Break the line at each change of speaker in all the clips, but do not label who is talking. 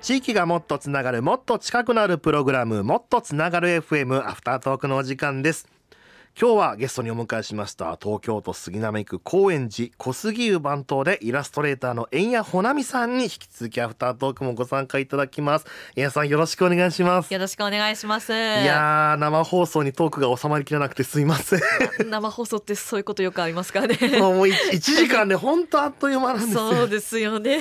地域がもっとつながるもっと近くなるプログラムもっとつながる FM アフタートークのお時間です今日はゲストにお迎えしました東京都杉並区高円寺小杉湯番頭でイラストレーターの円谷ほなみさんに引き続きアフタートークもご参加いただきます円谷さんよろしくお願いしますい
よろしくお願いします。い
やー生放送にトークが収まりきらなくてすい ません
生放送ってそういうことよくありますからね。
もう1時間で本当あっという間なんですよ
そうですよ ね。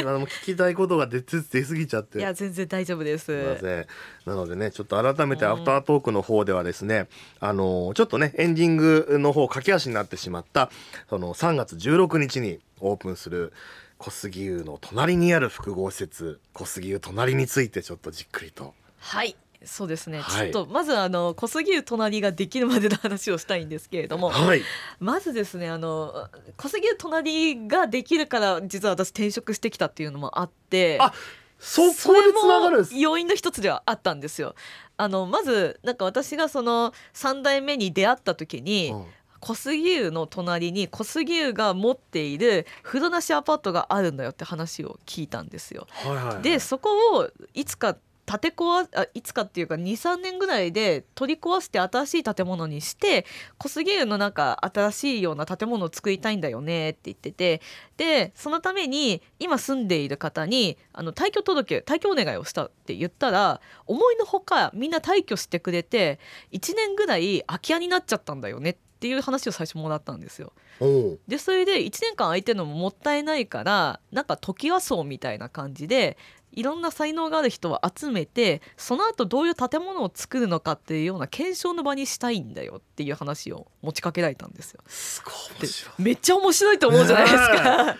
今もう聞きたいことが出て出すぎちゃって
いや全然大丈夫です
いま
す。
せんなのでねちょっと改めてアフタートークの方ではですね、あのちょっとねエンディングの方駆け足になってしまったその3月16日にオープンする小杉湯の隣にある複合施設小杉湯隣についてちょっとじっくりと
はい。そうですね、
はい
ちょっとまずあの小杉湯隣ができるまでの話をしたいんですけれども
はい
まずですねあの小杉湯隣ができるから実は私転職してきたっていうのもあって
あそこでつながるん
そ
です
れも要因の一つではあったんですよ。あのまずなんか私がその3代目に出会った時に、
うん
小杉湯の隣に小杉湯が持っている風呂なしアパートがあるんだよって話を聞いたんですよ。
はいはいはい
でそこをいつか建て壊あいつかっていうか23年ぐらいで取り壊して新しい建物にして小杉湯のなんか新しいような建物を作りたいんだよねって言っててでそのために今住んでいる方にあの退去届退去お願いをしたって言ったら思いのほかみんな退去してくれて1年ぐらい空き家になっちゃったんだよねっていう話を最初もらったんですよ。
おう
でそれで1年間空いてるのももったいないからなんかトキワ荘みたいな感じでいろんな才能がある人を集めてその後どういう建物を作るのかっていうような検証の場にしたいんだよっていう話を持ちかけられたんですよ。
すごい
で
面白い
めっちゃ面白いと思うじゃないですか。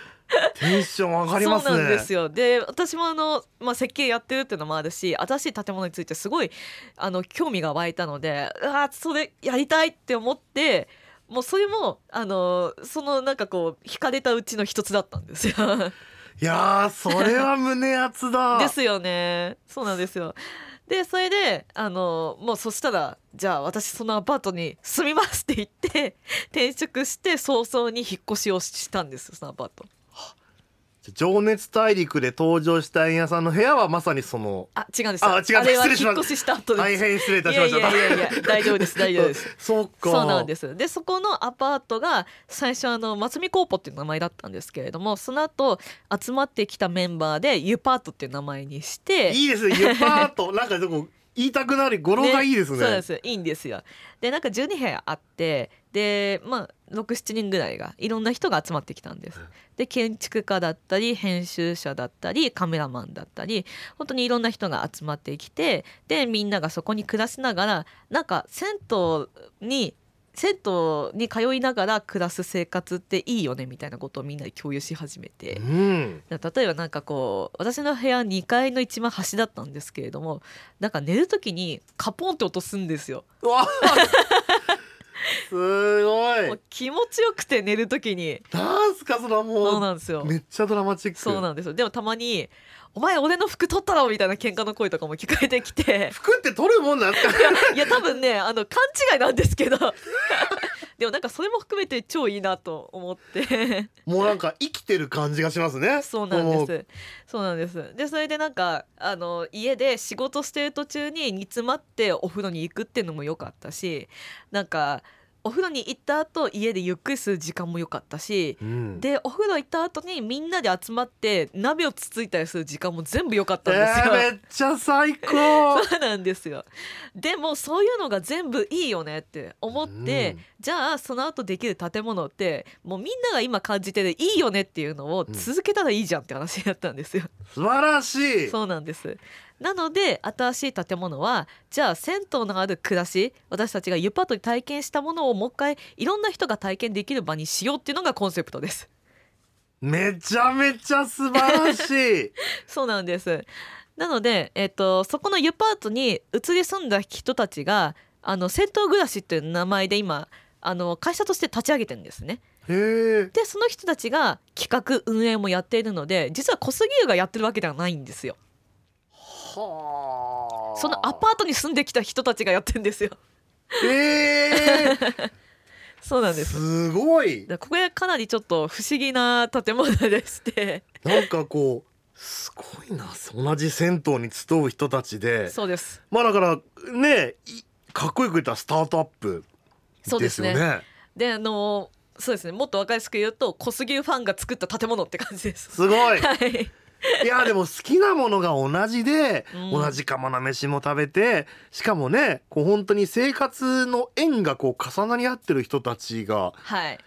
テンション上がりますね
そうなんですよで私もあの、まあ、設計やってるっていうのもあるし新しい建物についてすごいあの興味が湧いたのでうわーそれやりたいって思ってもうそれもあのそのなんかこう惹かれたうちの一つだったんですよ。
いやーそれは胸熱 だ
ですよね。そうなんですよでそれであのもうそしたらじゃあ私そのアパートに住みますって言って転職して早々に引っ越しをしたんですよそのアパート。
情熱大陸で登場した円谷さんの部屋はまさにその
あ違うんですよ
あ違う
あれは
失礼し
引
ま
っ
した
越しした後です。
大変失礼いた
い
し
や
ま
い
した
やいやいや大丈夫です大丈夫 です。
そうか
そうなんですすでそこのアパートが最初あの松見コーポっていう名前だったんですけれどもその後集まってきたメンバーでユパートっていう名前にして
いいですねゆぱーっとなんかでも言いたくなる語呂がいいですね
そうなんですいいんですよでなんか12部屋あってでまあ67人ぐらいがいろんな人が集まってきたんですで建築家だったり編集者だったりカメラマンだったり本当にいろんな人が集まってきてでみんながそこに暮らしながらなんか銭湯に銭湯に通いながら暮らす生活っていいよねみたいなことをみんなで共有し始めて、
うん
例えばなんかこう私の部屋2階の一番端だったんですけれどもなんか寝る時にカポンって音すんですよ
うわすご
も
いう
気持ちよくて寝る時に
なんすかそれは
そう
も
なんです
う
よ
めっちゃドラマチック
そうなんですよでもたまに「お前俺の服取ったろ」みたいな喧嘩の声とかも聞こえてき て
服って取るもんなんですか
いや多分ねあの勘違いなんですけど でもなんかそれも含めて超いいなと思って
もうなんか生きてる感じがします ね
そうなん
も
です。そうなんです。で、それでなんか、あの、家で仕事してる途中に煮詰まってお風呂に行くっていうのも良かったし、なんか、お風呂に行った後、家でゆっくりする時間も良かったし、
うん
で、お風呂行った後にみんなで集まって鍋をつついたりする時間も全部良かったん
え
です
ー
よ。
めっちゃ 最高
そうなんですよでもそういうのが全部いいよねって思って、
うん
じゃあその後できる建物ってもうみんなが今感じてるいいよねっていうのを続けたらいいじゃんって話だったんですよ。
素晴らしい
そうなんですなので新しい建物はじゃあ銭湯のある暮らし私たちがユパートに体験したものをもう一回いろんな人が体験できる場にしようっていうのがコンセプトです。
めちゃめちゃ素晴ら しい
そうなんですなので、えっとそこのユパートに移り住んだ人たちがあの銭湯暮らしっていう名前で今あの会社として立ち上げてるんですね。
へえ
でその人たちが企画運営もやっているので実は小杉湯がやってるわけではないんですよ。
はあ
そのアパートに住んできた人たちがやってるんですよ。
ええ
そう なんです。
すごい
だからこれかなりちょっと不思議な建物でして
なんかこうすごいな同じ銭湯に集う人たちで
そうです
まあだからねいかっこよく言ったらスタートアップ
そう
で
ですす
よ
ね
ね
であのそうですねもっと分かりやすく言うと小杉ファンが作った建物って感じです。
す ごい
はい、
いやでも好きなものが同じで、
うん
同じ釜な飯も食べてしかもねこう本当に生活の縁がこう重なり合ってる人たちが
はい、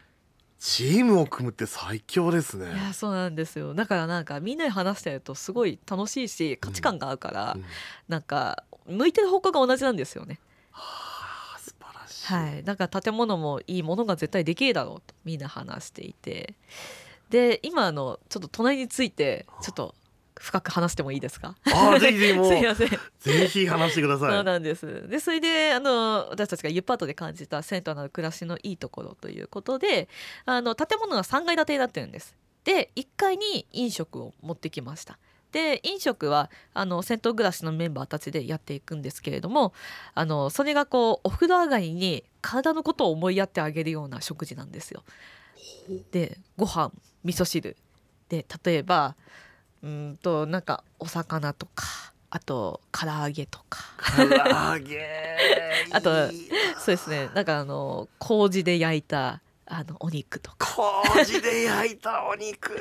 チームを組むって最強ですね
い。やそうなんですよだからなんかみんなで話してるとすごい楽しいし価値観が合うから、
うん
なんか向いてる方向が同じなんですよね。
はあ素晴らしい、
はい、だから建物もいいものが絶対できるだろうとみんな話していてで今あのちょっと隣についてちょっと深く話してもいいですか
ああぜひぜひ もう
すいません、
ぜひ話してくだ
そ
さ
う
い。
なんですでそれであの私たちがユパートで感じた銭湯の暮らしのいいところということであの建物が3階建てになってるんですで1階に飲食を持ってきましたで飲食はあの銭湯暮らしのメンバーたちでやっていくんですけれどもあのそれがこうお風呂上がりに体のことを思いやってあげるような食事なんですよでご飯味噌汁で例えばうーんとなんかお魚とかあと唐揚げとか
唐揚げ。
あと
いい
そうですね。なんかあの麹で焼いたあのお肉とか、
麹で焼いたお肉。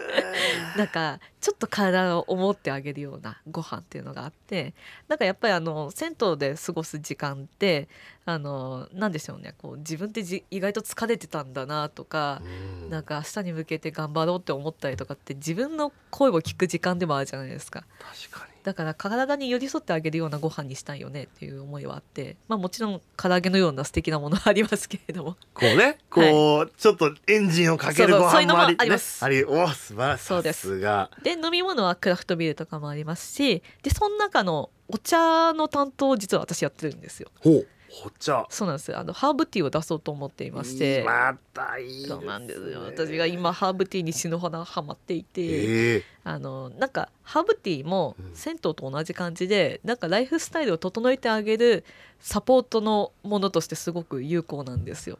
なんかちょっと体を思ってあげるようなご飯っていうのがあって、なんかやっぱりあの銭湯で過ごす時間ってあのなんでしょうね。こう自分ってじ意外と疲れてたんだなとか。
うん
なんか明日に向けて頑張ろうって思ったりとかって自分の声を聞く時間でもあるじゃないですか
確かに。
だから体に寄り添ってあげるようなご飯にしたいよねっていう思いはあってまあもちろん唐揚げのような素敵なものはありますけれども
こうね、こう、ちょっとエンジンをかける
そうそ
ご
うそういう
飯
の
も
も
あり、
ありま
ね
す
あり、お、素晴らしい。
そうです
さが。
で飲み物はクラフトビールとかもありますしでその中のお茶の担当を実は私やってるんですよ
ほう、お茶。
そうなんですあのハーブティーを出そうと思っていまして
またいい、
そうなんですよ私が。今ハーブティーに死ぬほどハマっていて、
ええ
あのなんかハーブティーも
うん
銭湯と同じ感じで、なんかライフスタイルを整えてあげるサポートのものとしてすごく有効なんですよ。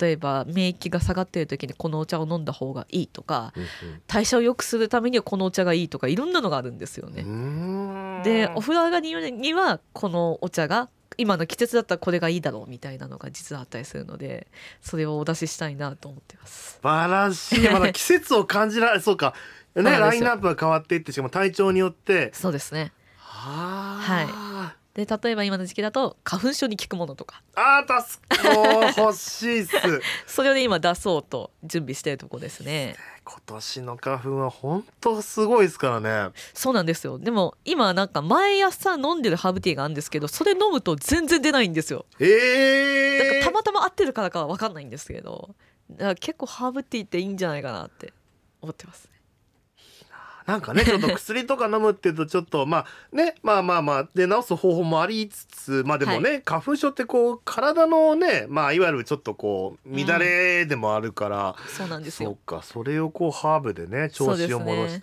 例えば免疫が下がっている時にこのお茶を飲んだ方がいいとか代謝を良くするためにはこのお茶がいいとかいろんなのがあるんですよね。
うんうん
でお風呂上がりにはこのお茶が今の季節だったらこれがいいだろうみたいなのが実はあったりするのでそれをお出ししたいなと思ってます。
素晴らしい。まだ季節を感じられ、そうか。
そ
ね、
うなんですよ
ラインナップが変わっていって、しかも体調によって。
そうですね
は
で例えば今の時期だと花粉症に効くものとか
い。ああ、助か。もう欲しいっす。
それを、ね、今出そうと準備しているとこですね。
今年の花粉は本当すごいですからね。
そうなんですよでも今なんか毎朝飲んでるハーブティーがあるんですけどそれ飲むと全然出ないんですよ。
え
だか
え
らたまたま合ってるからかは分かんないんですけどだから結構ハーブティーっていいんじゃないかなって思ってます。
なんかね、ちょっと薬とか飲むっていうと、ちょっと、まあ、ね、まあまあまあ、で、治す方法もありつつ、まあでもね、花粉症ってこう、体のね、まあ、いわゆるちょっとこう、乱れでもあるから、
そうなんです
そ
よ
うか、それをこう、ハーブでね、調子を戻す。
そうですね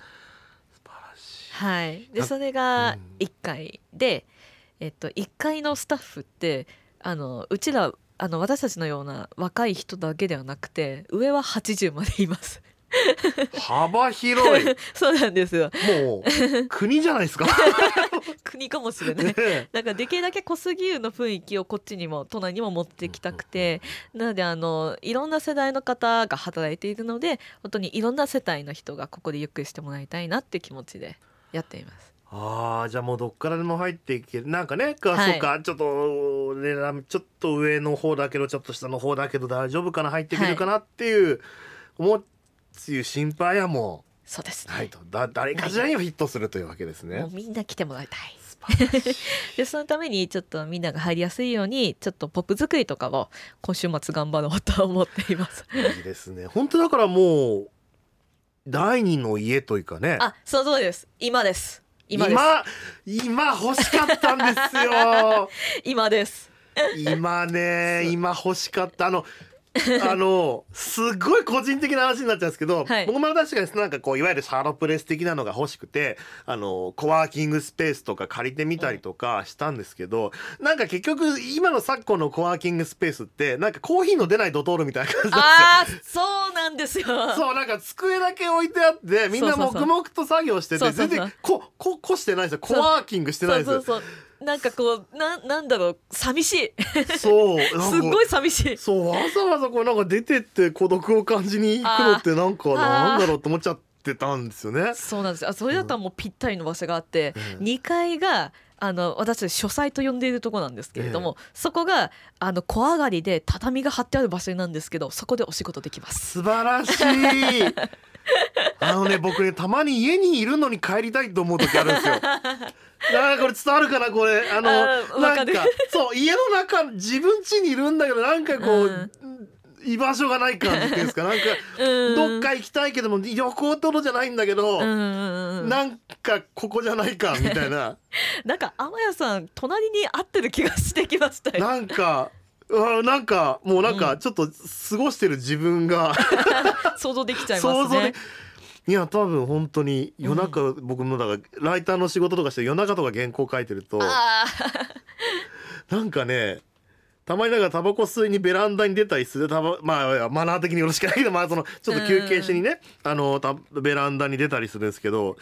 素晴らしい。
はい、で
あ
それ
う
が
ん
1階で、えっと、1階のスタッフってあのうちらあの私たちのような若い人だけではなくて上は80までいます。
幅広い。
そうなんですよ
もう、国じゃな いですか。
国かもしれない
ね。え
なんかできるだけ小杉湯の雰囲気をこっちにも都内にも持ってきたくてなのであのいろんな世代の方が働いているので本当にいろんな世帯の人がここでゆっくりしてもらいたいなって気持ちでやっています。
ああ、じゃあもうどっからでも入っていける。なんかね、か
はい
そうか、ちょっと、俺らちょっと上の方だけど、ちょっと下の方だけど大丈夫かな、入ってくるかなっていう、思うっていう心配はも
そうです
う、
ね、
ないと。だ、誰かしらにはヒットするというわけです
も
ね
う。みんな来てもらいたい。
素晴らしい。
でそのためにちょっとみんなが入りやすいようにちょっとポップ作りとかを今週末頑張ろうと思っています。
いいですね。 本当だからもう、第二の家というかね。
あ、その通りです。今です。今です。
今、今欲しかったんですよ。
今です。
今ね
そう
今欲しかったあのあのすごい個人的な話になっちゃうんですけど、
はい
僕も確かになんかこういわゆるシャーロプレス的なのが欲しくてあのコワーキングスペースとか借りてみたりとかしたんですけど、なんか結局今の昨今のコワーキングスペースってなんかコーヒーの出ないドトールみたいな感じなんです
あ
よ。
あそうなんですよ
そうなんか机だけ置いてあってみんな
そうそう
黙
そう
々と作業してて
そうそうそう
全然こここしてないですよコワーキングしてないです
そうそうそうなんかこうななんだろう寂しい
そうなんか
すっごい寂しい
そうわざわざこうなんか出てって孤独を感じに行くのってなんか
あー
なんだろうと思っちゃってたんですよね。
そうなんですよあそれだったらもうぴったりの場所があって、
うん
2階があの私たち書斎と呼んでいるとこなんですけれども、そこがあの小上がりで畳が張ってある場所なんですけどそこでお仕事できます
素晴ら しい。あのね僕ねたまに家にいるのに帰りたいと思う時あるんで すよ。なんかこれ伝わるかなこれあの
あーわ
な
か
ん
る
かそう家の中自分家にいるんだけどなんかこう、
うん
居場所がない感じっていうんですかなんかどっか行きたいけども旅行ってことじゃないんだけど、
うんうんうんうん
なんかここじゃないかみたいな。
なんか天谷さん隣に合ってる気がしてきましたよ
なんか、うんなんか、もうなんか、ちょっと過ごしてる自 分が、
想像できちゃい
想
ます
像で
ね。
いや、多分本当に夜中、僕もだから、ライターの仕事とかして夜中とか原稿書いてると、
あ
なんかね、たまになんかタバコ吸いにベランダに出たりするたばまあマナー的によろしくないけどまあそのちょっと休憩しにねあのたベランダに出たりするんですけど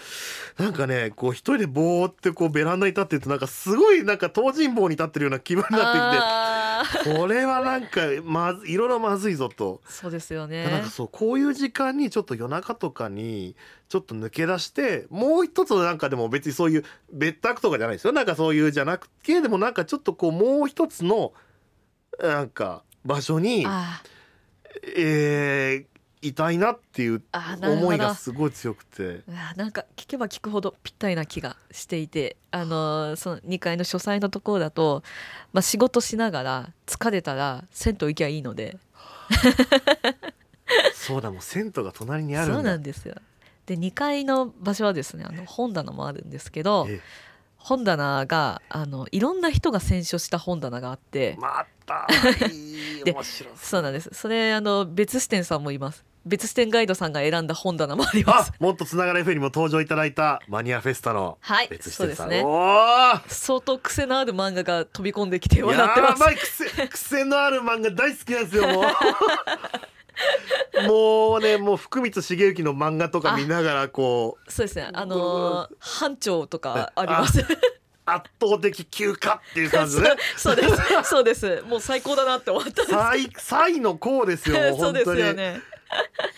なんかねこう一人でぼーってこうベランダに立ってるとなんかすごいなんか東尋坊に立ってるような気分に
ー
なってきて
あー
これはなんかまずいろいろまずいぞと。
そうですよ
いやなん
ね
か。そうこういう時間にちょっと夜中とかにちょっと抜け出してもう一つなんかでも別にそういう別宅とかじゃないですよなんかそういうじゃなくてでもなんかちょっとこうもう一つのなんか場所に、
あ
えーいたいなっていう
ーあーなる
思
ほ
い
ど。
がすごい強く て。
うわなんか聞けば聞くほどぴったりな気がしていて、あのーその2階の書斎のところだと、まあ、仕事しながら疲れたら銭湯行きゃいいので
そうだもう銭湯が隣にある
そうん
だ
なんですよ。で2階の場所はですねあの本棚もあるんですけど
え
本棚があのいろんな人が選書した本棚があって、
またい い
で
面白い
そうなんです。それあの別支店さんもいます。別支店ガイドさんが選んだ本棚もありま
あ
す。
もっとつながる F にも登場いただいたマニアフェスタの
はい、
別視
そう
点
で
さ
す
ん、
ね。
おー
相当癖のある漫画が飛び込んできて笑って
や
ま
ー
す。
ばい癖癖のある漫画大好きなんですよもう もうねもう福光茂之の漫画とか見ながらこう
そうですね。あ
ごめんな
のー班長とかあります。
圧倒的休暇っていう感じでね
そう です。そうです。もう最高だなって思ったんです。
才才のこうですよも
そう
う本
です
当に
よね。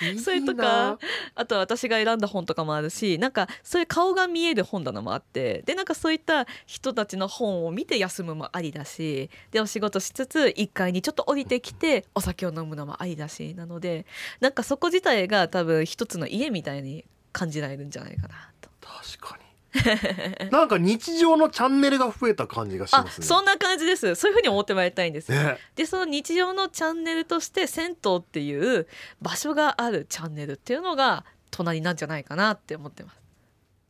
いいな
それと かあとは私が選んだ本とかもあるしなんかそういう顔が見える本棚もあってでなんかそういった人たちの本を見て休むもありだしでお仕事しつつ1階にちょっと降りてきてお酒を飲むのもありだしなのでなんかそこ自体が多分一つの家みたいに感じられるんじゃないかなと。
確かになんか日常のチャンネルが増えた感じがし
あ
ますね
そんな感じですそういうふうに思ってもらいたいんですよ
ね
でその日常のチャンネルとして銭湯っていう場所があるチャンネルっていうのが隣なんじゃないかなって思ってます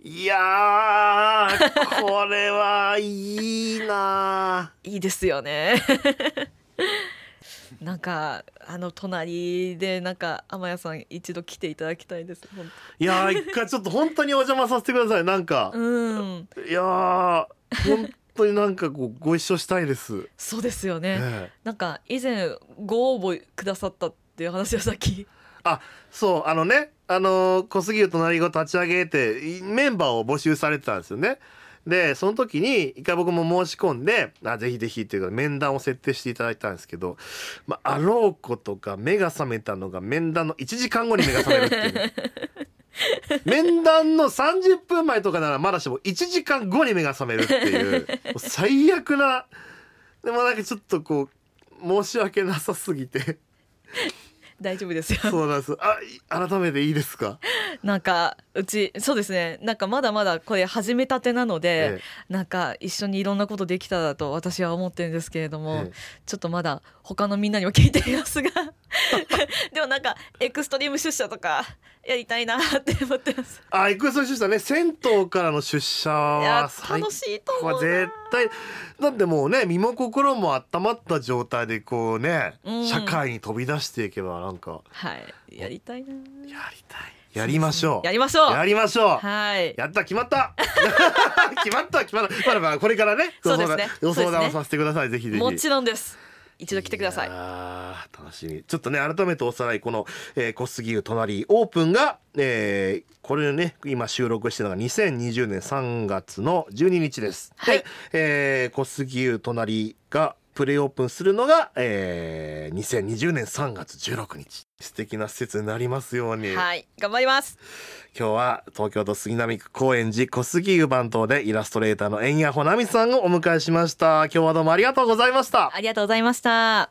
いやーこれはいいない
いですよね。 なんかあの隣でなんか天谷さん一度来ていただきたいです。本
いやー一回ちょっと本当にお邪魔させてくださいなんか
当うん、
いやー本当になんかこうご一緒したいです。
そうですよ
え
ね。
え
なんか以前ご応募くださったっていう話をさっき、
そうあのねあのー小杉湯隣り立ち上げていメンバーを募集されてたんですよね。でその時に一回僕も申し込んで「あぜひぜひ」っていうか面談を設定していただいたんですけど、まあ、あろうことか目が覚めたのが面談の1時間後に目が覚めるっていう。面談の30分前とかならまだしも1時間後に目が覚めるっていうもう最悪なでもなんかちょっとこう申し訳なさすぎて
大丈夫ですよ。
そうなんです。あ、い改めていいですか。
なんかうちそうですねなんかまだまだこれ始めたてなので、
え
なんか一緒にいろんなことできたらと私は思ってるんですけれども、
ええ
ちょっとまだ他のみんなにも聞いています がでもなんかエクストリーム出社とかやりたいなって思ってます。
あエクストリ出社ね銭湯からの出社
いや
は最
楽しいと思
こ
う
れ絶
な。
対だってもうね身も心も温まった状態でこうね、
うん
社会に飛び出していけばなんか
はい、やりたいな。
やりたいやりましょう
やりましょう。
やりましょう
はい。
やった決まった 決まった決まったまだまだこれからね
そうですね
ご
そうです
相談ご相談
ね
をさせてくださいぜひぜひ
もちろんです。一度来てください。
あ楽しみちょっとね改めておさらいこの「えー、小杉湯隣オープンが」えーこれね今収録してるのが2020年3月の12日です。
はい
で、えー、小杉湯隣がプレイオープンするのが、えー、2020年3月16日素敵な施設になりますように。
はい、頑張ります。
今日は東京都杉並区高円寺小杉湯番頭でイラストレーターの円谷穂奈美さんをお迎えしました今日はどうもありがとうございました
ありがとうございました。